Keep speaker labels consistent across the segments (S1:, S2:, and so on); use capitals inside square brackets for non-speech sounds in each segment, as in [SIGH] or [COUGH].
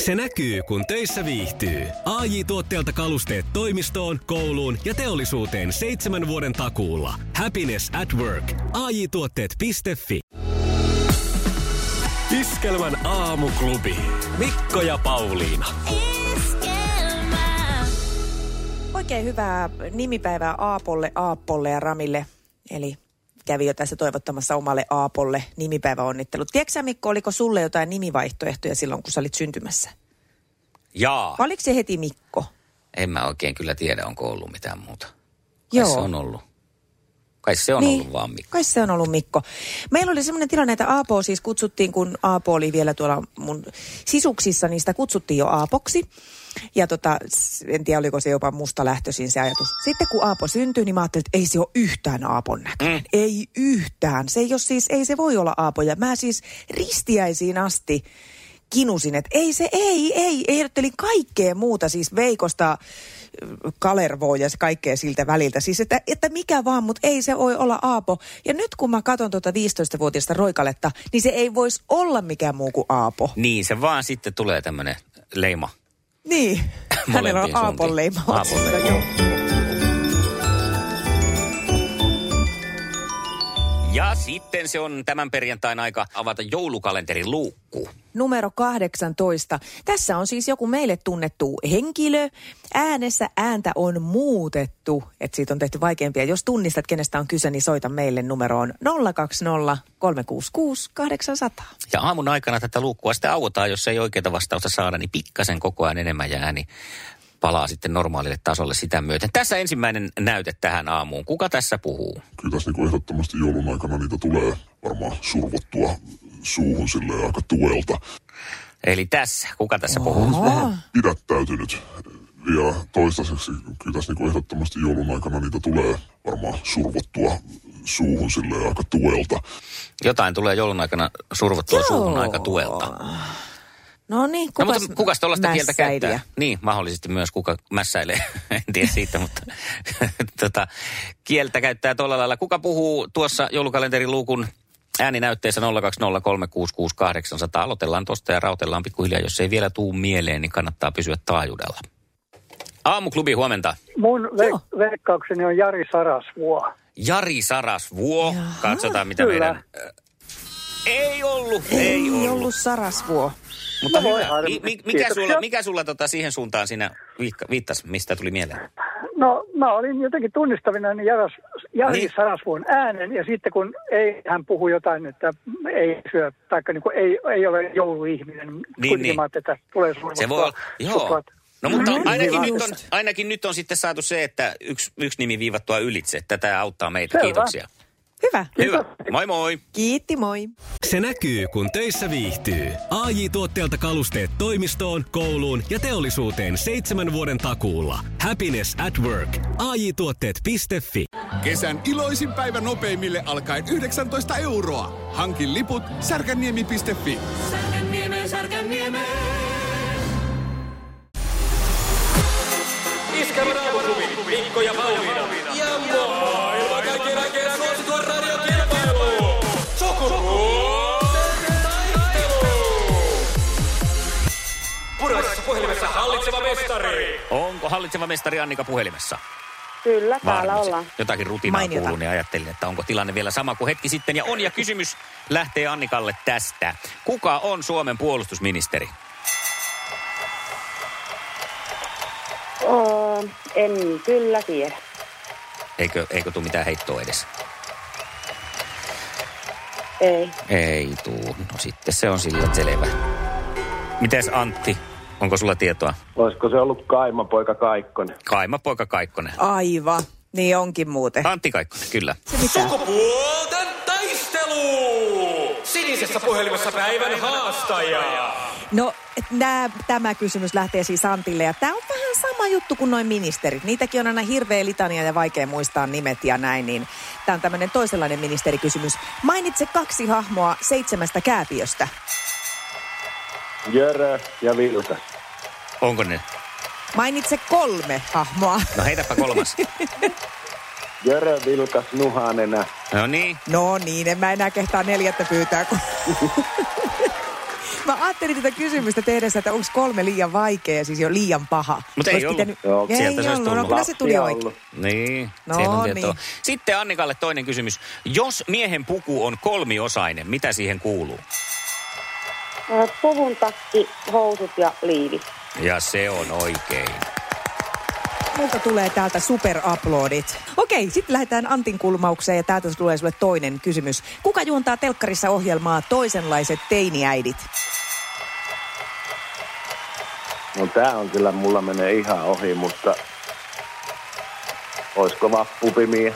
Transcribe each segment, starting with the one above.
S1: Se näkyy, kun töissä viihtyy. ai tuotteelta kalusteet toimistoon, kouluun ja teollisuuteen seitsemän vuoden takuulla. Happiness at work. ai tuotteetfi Iskelmän aamuklubi. Mikko ja Pauliina.
S2: Oikein hyvää nimipäivää Aapolle, Aappolle ja Ramille. Eli kävi jo tässä toivottamassa omalle Aapolle nimipäiväonnittelut. Tiedätkö sä, Mikko, oliko sulle jotain nimivaihtoehtoja silloin, kun sä olit syntymässä?
S3: Jaa.
S2: Vai oliko se heti Mikko?
S3: En mä oikein kyllä tiedä, onko ollut mitään muuta. Kai
S2: Joo.
S3: se on ollut. Kai se on niin. ollut vaan Mikko.
S2: Kai se on ollut Mikko. Meillä oli semmoinen tilanne, että Aapoa siis kutsuttiin, kun Aapo oli vielä tuolla mun sisuksissa, niin sitä kutsuttiin jo Aapoksi. Ja tota, s- en tiedä, oliko se jopa musta lähtöisin se ajatus. Sitten kun Aapo syntyi, niin mä ajattelin, että ei se ole yhtään Aapon näköinen. Mm. Ei yhtään. Se ei, ole siis, ei se voi olla Aapo. Ja mä siis ristiäisiin asti kinusin, että ei se, ei, ei. Ehdottelin kaikkea muuta, siis Veikosta kalervoa ja kaikkea siltä väliltä. Siis, että, että mikä vaan, mutta ei se voi olla Aapo. Ja nyt kun mä katson tuota 15-vuotiaista roikaletta, niin se ei voisi olla mikään muu kuin Aapo.
S3: Niin, se vaan sitten tulee tämmönen leima.
S2: Niin. Hänellä on
S3: Molempien
S2: Aapon
S3: suuntiin.
S2: leima.
S3: Aapon leima.
S2: Joo.
S3: Ja sitten se on tämän perjantain aika avata joulukalenterin luukku.
S2: Numero 18. Tässä on siis joku meille tunnettu henkilö. Äänessä ääntä on muutettu, että siitä on tehty vaikeampia. Jos tunnistat, kenestä on kyse, niin soita meille numeroon 020 366 800.
S3: Ja aamun aikana tätä luukkua sitten auotaan, jos ei oikeita vastausta saada, niin pikkasen koko ajan enemmän ja ääni palaa sitten normaalille tasolle sitä myöten. Tässä ensimmäinen näyte tähän aamuun. Kuka tässä puhuu?
S4: kyllä tässä niin ehdottomasti joulun aikana niitä tulee varmaan survottua suuhun sille aika tuelta.
S3: Eli tässä. Kuka tässä puhuu?
S4: Vähän pidättäytynyt vielä toistaiseksi. Kyllä tässä niin ehdottomasti joulun aikana niitä tulee varmaan survottua suuhun sille aika tuelta.
S3: Jotain tulee joulun aikana survottua
S2: Joo.
S3: suuhun aika tuelta.
S2: No niin,
S3: No,
S2: kukas,
S3: mutta kukas tuollaista kieltä
S2: mässäilijä?
S3: käyttää? Niin, mahdollisesti myös kuka mässäilee. [LAUGHS] en tiedä siitä, mutta [LAUGHS] tota, kieltä käyttää tuolla lailla. Kuka puhuu tuossa joulukalenterin luukun ääninäytteessä 020366800? Aloitellaan tosta ja rautellaan pikkuhiljaa. Jos ei vielä tuu mieleen, niin kannattaa pysyä taajuudella. Aamuklubi, huomenta.
S5: Mun
S2: Joo.
S5: ve- veikkaukseni on Jari Sarasvuo.
S3: Jari Sarasvuo.
S2: Jaha.
S3: Katsotaan, mitä
S5: Kyllä.
S3: meidän... Ö, Ei ollut, ei,
S2: Ei
S3: ollut.
S2: ollut Sarasvuo.
S3: Mutta
S5: No voi
S3: hyvä.
S5: harmi.
S3: Mi- mi- mikä
S5: Kiitoksia.
S3: sulla, mikä sulla tota siihen suuntaan siinä viikka- viittasi, mistä tuli mieleen?
S5: No mä olin jotenkin tunnistavina niin Jaras, Jari
S3: Niin.
S5: niin. Sarasvuon äänen ja sitten kun ei, hän puhui jotain, että ei syö, taikka niin kuin ei, ei ole jouluihminen, niin, kuitenkin
S3: niin.
S5: niin. mä ajattelin, että tulee survottua.
S3: Se voi olla, joo.
S5: suklat.
S3: No mutta
S5: Mm-hmm. Niin,
S2: Mm,
S3: ainakin
S2: hyvä.
S3: nyt, on,
S2: Just.
S3: ainakin nyt on sitten saatu se, että yksi, yksi nimi viivattua ylitse. Tätä auttaa meitä.
S5: Selvä.
S3: Kiitoksia.
S2: Hyvä.
S3: Hyvä. Moi moi.
S2: Kiitti, moi.
S1: Se näkyy, kun töissä viihtyy. ai tuotteelta kalusteet toimistoon, kouluun ja teollisuuteen seitsemän vuoden takuulla. Happiness at work. ai tuotteetfi
S6: Kesän iloisin päivän nopeimille alkaen 19 euroa. Hankin liput särkänniemi.fi.
S3: Onko hallitseva mestari Annika puhelimessa?
S7: Kyllä, täällä
S3: Varmasti.
S7: ollaan.
S3: Jotakin rutinaa
S2: Mainiota.
S3: kuuluu, niin ajattelin, että onko tilanne vielä sama kuin hetki sitten. Ja on, ja kysymys lähtee Annikalle tästä. Kuka on Suomen puolustusministeri?
S7: Oo, Öö, en kyllä tiedä.
S3: Eikö, eikö tule mitään heittoa edes?
S7: Ei.
S3: Ei tuu. No sitten se on sillä selvä. Mites Antti? Onko sulla tietoa?
S8: Olisiko se ollut Kaima poika Kaikkonen?
S3: Kaima poika Kaikkonen.
S2: Aivan. Niin onkin muuten.
S3: Antti Kaikkonen, kyllä.
S2: Se mitä?
S9: Sukupuolten taistelu! Sinisessä puhelimessa päivän haastaja.
S2: No, nää, tämä kysymys lähtee siis Antille ja tämä on vähän sama juttu kuin noin ministerit. Niitäkin on aina hirveä litania ja vaikea muistaa nimet ja näin, niin tämä on tämmöinen toisenlainen ministerikysymys. Mainitse kaksi hahmoa seitsemästä kääpiöstä.
S8: Jörö ja Vilkas.
S3: Onko ne?
S2: Mainitse kolme hahmoa.
S3: No heitäpä
S2: [LAUGHS]
S3: kolmas.
S8: Jörö, Vilkas, Nuhanenä.
S3: No niin.
S2: No niin, en mä enää kehtaa neljättä pyytää. Kun... Mä ajattelin tätä kysymystä tehdessä, että onko kolme liian vaikea, siis jo liian paha.
S3: Mut ei
S2: Ois
S3: ollut.
S8: Joo,
S2: ei
S3: sieltä se olisi
S2: ollut. No
S3: tullut.
S2: kyllä se tuli
S8: Lapsia
S2: oikein.
S8: ollut.
S3: Niin,
S2: No
S3: siellä on
S2: niin.
S3: tietoa. Sitten Annikalle toinen kysymys. Jos miehen puku on kolmiosainen, mitä siihen kuuluu?
S7: Ö, Öö, Puvun takki, housut ja liivi.
S3: Ja se on oikein.
S2: Multa tulee täältä superuploadit. Okei, sitten lähdetään Antin kulmaukseen ja täältä tulee sulle toinen kysymys. Kuka juontaa telkkarissa ohjelmaa Toisenlaiset teiniäidit?
S8: No tää on kyllä, mulla menee ihan ohi, mutta... Oisko vappupimiä?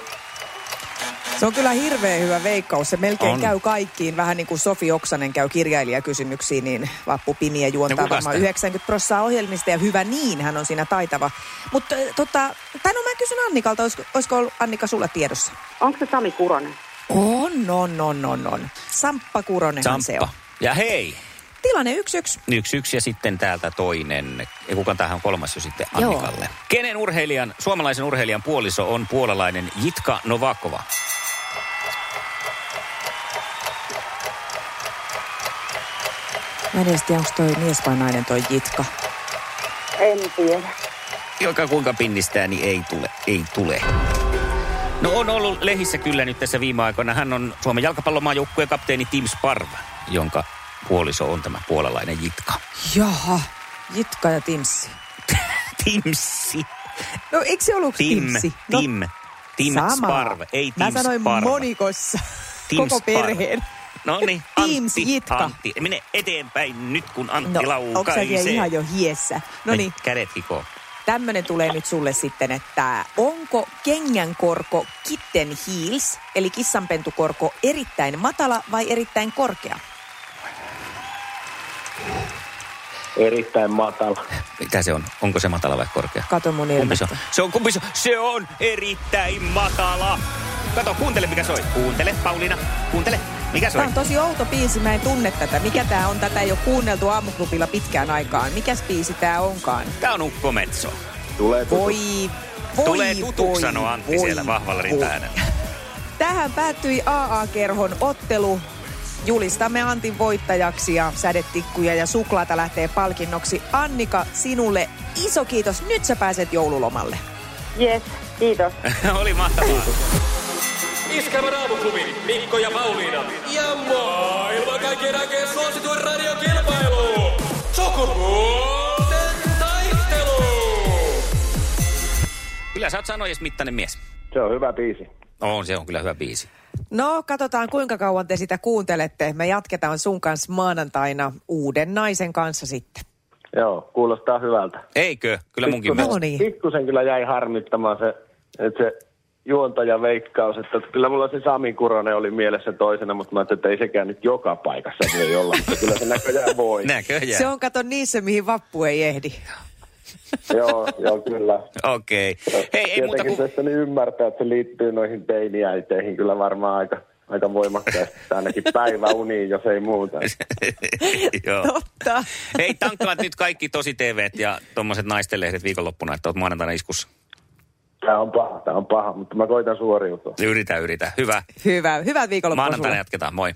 S2: Se on kyllä hirveän hyvä veikkaus. Se melkein
S3: On.
S2: on. käy kaikkiin, vähän niin kuin Sofi Oksanen käy kirjailijakysymyksiin, niin Vappu Pimiä
S3: No
S2: juontaa
S3: kukas
S2: varmaan
S3: tää?
S2: 90 prosenttia ohjelmista ja hyvä niin, hän on siinä taitava. Mutta äh, tota, tai no mä kysyn Annikalta, olisiko, olisiko ollut Annika sulla tiedossa?
S7: Onko se Sami Kuronen?
S2: On, on, on, on, on. Samppa Kuronenhan se on.
S3: Samppa. Ja hei,
S2: Tilanne yksi yksi.
S3: yksi yksi ja sitten täältä toinen. Ei kukaan tähän on kolmas jo sitten
S2: Joo.
S3: Annikalle. Kenen urheilijan, suomalaisen urheilijan puoliso on puolalainen Jitka Novakova?
S2: Mä en edes tiedä, onko toi mies vai nainen toi Jitka.
S7: En tiedä.
S3: joka kuinka pinnistää, niin ei tule, ei tule. No on ollut lehissä kyllä nyt tässä viime aikoina. Hän on Suomen jalkapallomaajoukkueen kapteeni Tim Sparva, jonka puoliso on tämä puolalainen Jitka. [LAUGHS]
S2: Jaha, Jitka ja Timssi.
S3: Timsi.
S2: No eikö se ollut
S3: Tim.
S2: Timssi? No,
S3: Tim. Tim
S2: sama.
S3: Sparv. Ei Tim
S2: Mä sanoin
S3: Sparva.
S2: monikossa
S3: Tim
S2: koko
S3: Sparva.
S2: perheen.
S3: No niin,
S2: [LAUGHS] Tim
S3: Antti,
S2: Jitka.
S3: Antti. Mene eteenpäin nyt, kun Antti
S2: No,
S3: no,
S2: onko sä vielä
S3: laukaisee.
S2: ihan jo hiessä? No niin,
S3: Kädet hikoon.
S2: tämmönen tulee nyt sulle sitten, että onko kengänkorko kitten heels, eli kissanpentukorko, erittäin matala vai erittäin korkea?
S8: Erittäin matala.
S3: Mitä se on? Onko se matala vai korkea?
S2: Kato mun
S3: Kumpi se on?
S2: ilmettä.
S3: Se on, kumpi se on? Se on erittäin matala. Kato, kuuntele mikä soi. Kuuntele, Pauliina. Kuuntele. Mikä soi?
S2: Tämä on tosi outo biisi, mä en tunne tätä. Mikä tää on? Tätä ei ole kuunneltu aamuklubilla pitkään aikaan. Mikäs biisi tää onkaan?
S3: Tää on Ukko Metso.
S8: Tulee tutu.
S2: Voi, voi,
S3: Tulee tutuksi,
S2: voi,
S3: sanoo Antti
S2: voi,
S3: siellä vahvalla
S2: voi.
S3: rintaäänellä.
S2: Tähän päättyi AA-kerhon ottelu. Julistamme Antin voittajaksi ja sädetikkuja ja suklaata lähtee palkinnoksi. Annika, sinulle iso kiitos. Nyt sä pääset joululomalle.
S7: Yes, kiitos.
S3: [LAUGHS] Oli mahtavaa.
S9: Iskävä raamuklubi, Mikko ja Pauliina. Ja maailman kaikkien aikeen suosituen radiokilpailu. Sukupuolten taistelu.
S3: Kyllä sä oot sanojes mittainen mies.
S8: Se on hyvä biisi.
S3: On, se on kyllä hyvä biisi.
S2: No, katsotaan kuinka kauan te sitä kuuntelette. Me jatketaan sun kanssa maanantaina uuden naisen kanssa sitten.
S8: Joo, kuulostaa hyvältä.
S3: Eikö? Kyllä munkin
S8: Pikkusen-
S2: No
S3: mielestä.
S2: niin.
S8: Pikkusen kyllä jäi harmittamaan se, että se juontaja veikkaus, että kyllä mulla se Sami Kuronen oli mielessä toisena, mutta mä ajattelin, että ei sekään nyt joka paikassa voi olla, mutta kyllä se näköjään voi.
S2: [LAUGHS]
S3: Näköjään.
S2: Se on kato niissä, mihin vappu ei ehdi.
S8: joo, joo, kyllä.
S3: Okei. Okay. Hei, ei muuta
S8: Tietenkin
S3: kuin...
S8: tässä niin ymmärtää, että se liittyy noihin teiniäiteihin kyllä varmaan aika, aika voimakkaasti, tai ainakin päivä uniin, jos ei muuta.
S3: [LAUGHS] Joo.
S2: Totta.
S3: Hei, tankkaat nyt kaikki tosi TVt ja tommoset naistenlehdet viikonloppuna, että oot maanantaina iskussa.
S8: Tämä on paha, tämä on paha, mutta mä koitan suoriutua.
S3: Yritä, yritä. Hyvä.
S2: Hyvä, hyvää viikonloppua
S3: Maanantaina
S2: sulle.
S3: jatketaan. Moi.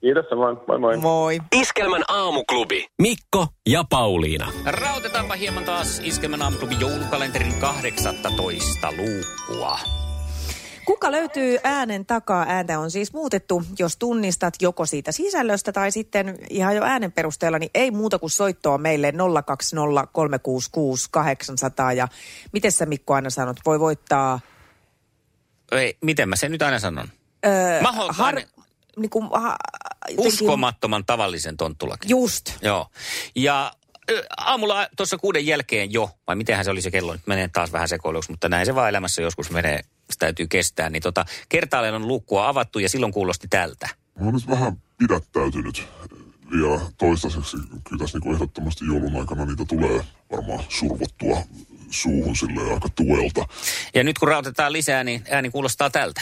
S8: Kiitos samoin, moi moi.
S2: Moi.
S9: Iskelmän aamuklubi.
S1: Mikko ja Pauliina.
S3: Rautetaanpa hieman taas Iskelmän aamuklubin joulukalenterin 18 luukkua.
S2: Kuka löytyy äänen takaa? Ääntä on siis muutettu, jos tunnistat joko siitä sisällöstä tai sitten ihan jo äänen perusteella, niin ei muuta kuin soittoa meille 020366800. Ja miten sä Mikko aina sanot, voi voittaa
S3: Ei, miten mä sen nyt aina sanon?
S2: öö,
S3: Mahdoton äänen-
S2: niin kuin, ha, jotenkin-
S3: Uskomattoman tavallisen tonttulakin.
S2: Just.
S3: Joo. Ja ö, aamulla tuossa kuuden jälkeen jo, vai mitenhän se oli se kello, nyt menee taas vähän sekoiluksi, mutta näin se vaan elämässä joskus menee, se täytyy kestää. Niin tota, kertaalleen on luukkua avattu ja silloin kuulosti tältä.
S4: Mä oon nyt vähän pidättäytynyt vielä toistaiseksi. Kyllä tässä niinku ehdottomasti joulun aikana niitä tulee varmaan survottua suuhun silleen aika tuelta.
S3: Ja nyt kun rautetaan lisää, niin ääni kuulostaa tältä.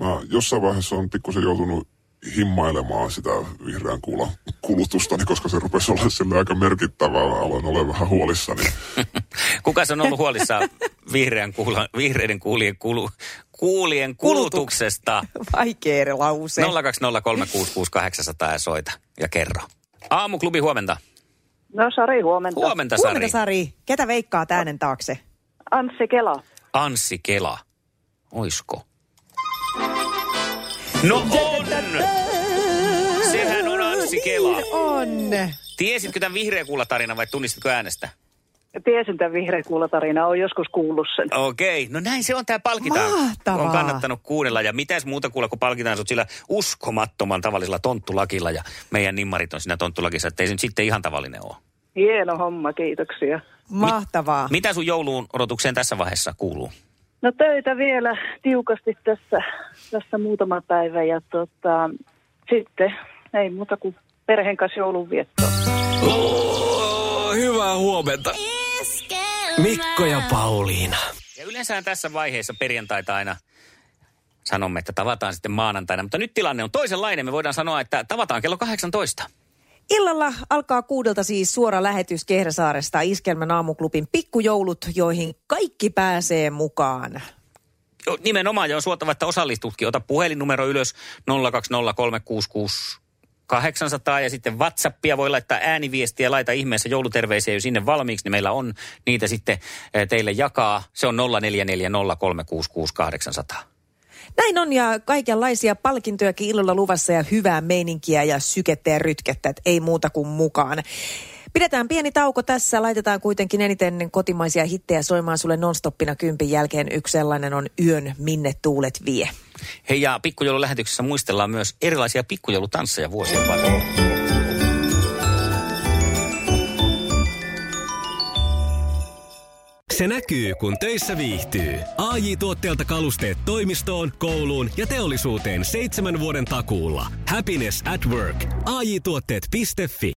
S4: Mä jossain vaiheessa on pikkusen joutunut himmailemaan sitä vihreän kuulan kulutustani, koska se rupesi olla sille aika merkittävää. Mä aloin olla vähän huolissani.
S3: Kuka on ollut huolissaan vihreän kuula, vihreiden kuulien, kulu, kuulien
S2: Kulutuk-
S3: kulutuksesta?
S2: Vaikea lause.
S3: 020366800 ja soita ja kerro. Aamuklubi huomenta.
S7: No Sari, huomenta.
S3: Huomenta Sari.
S2: Huomenta Sari. Ketä veikkaa äänen taakse?
S7: Anssi Kela.
S3: Anssi Kela. Oisko? No on! Sehän on Anssi Kela.
S2: On.
S3: Tiesitkö tämän vihreä kuulla tarinan vai tunnistitko äänestä?
S7: Tiesin tämän vihreä kuulotarina, olen joskus kuullut sen.
S3: Okei, no näin se on, tämä palkitaan.
S2: Mahtavaa.
S3: On kannattanut kuunnella ja mitäs muuta kuulla, kun palkitaan sut sillä uskomattoman tavallisella tonttulakilla ja meidän nimmarit on siinä tonttulakissa, ettei se nyt sitten ihan tavallinen ole.
S7: Hieno homma, kiitoksia.
S2: Mahtavaa.
S3: Mitä sun jouluun odotukseen tässä vaiheessa kuuluu?
S7: No töitä vielä tiukasti tässä, tässä muutama päivä ja tota, sitten ei muuta kuin perheen kanssa joulun viettoon.
S9: Hyvää huomenta.
S1: Oh, Mikko ja Pauliina.
S3: Ja yleensä tässä vaiheessa perjantaita aina sanomme, että tavataan sitten maanantaina, mutta nyt tilanne on toisenlainen. Me voidaan sanoa, että tavataan kello 18.
S2: Illalla alkaa kuudelta siis suora lähetys Kehräsaaresta Iskelmän aamuklubin pikkujoulut, joihin kaikki pääsee mukaan.
S3: Jo- Nimenomaan, ja on suotava, että osallistutkin. Ota puhelinnumero ylös 020366800 ja sitten WhatsAppia voi laittaa ääniviestiä, laita ihmeessä jouluterveisiä jo sinne valmiiksi, niin meillä on niitä sitten eh, teille jakaa. Se on 0440366800.
S2: Näin on ja kaikenlaisia palkintojakin illalla luvassa ja hyvää meininkiä ja sykettä ja rytkettä, että ei muuta kuin mukaan. Pidetään pieni tauko tässä, laitetaan kuitenkin eniten kotimaisia hittejä soimaan sulle nonstoppina kympin jälkeen. Yksi sellainen on Yön minne tuulet vie.
S3: Hei ja pikkujoululähetyksessä muistellaan myös erilaisia pikkujoulutansseja vuosien varrella.
S1: Se näkyy, kun töissä viihtyy. ai tuotteelta kalusteet toimistoon, kouluun ja teollisuuteen seitsemän vuoden takuulla. Happiness at work. AJ-tuotteet.fi.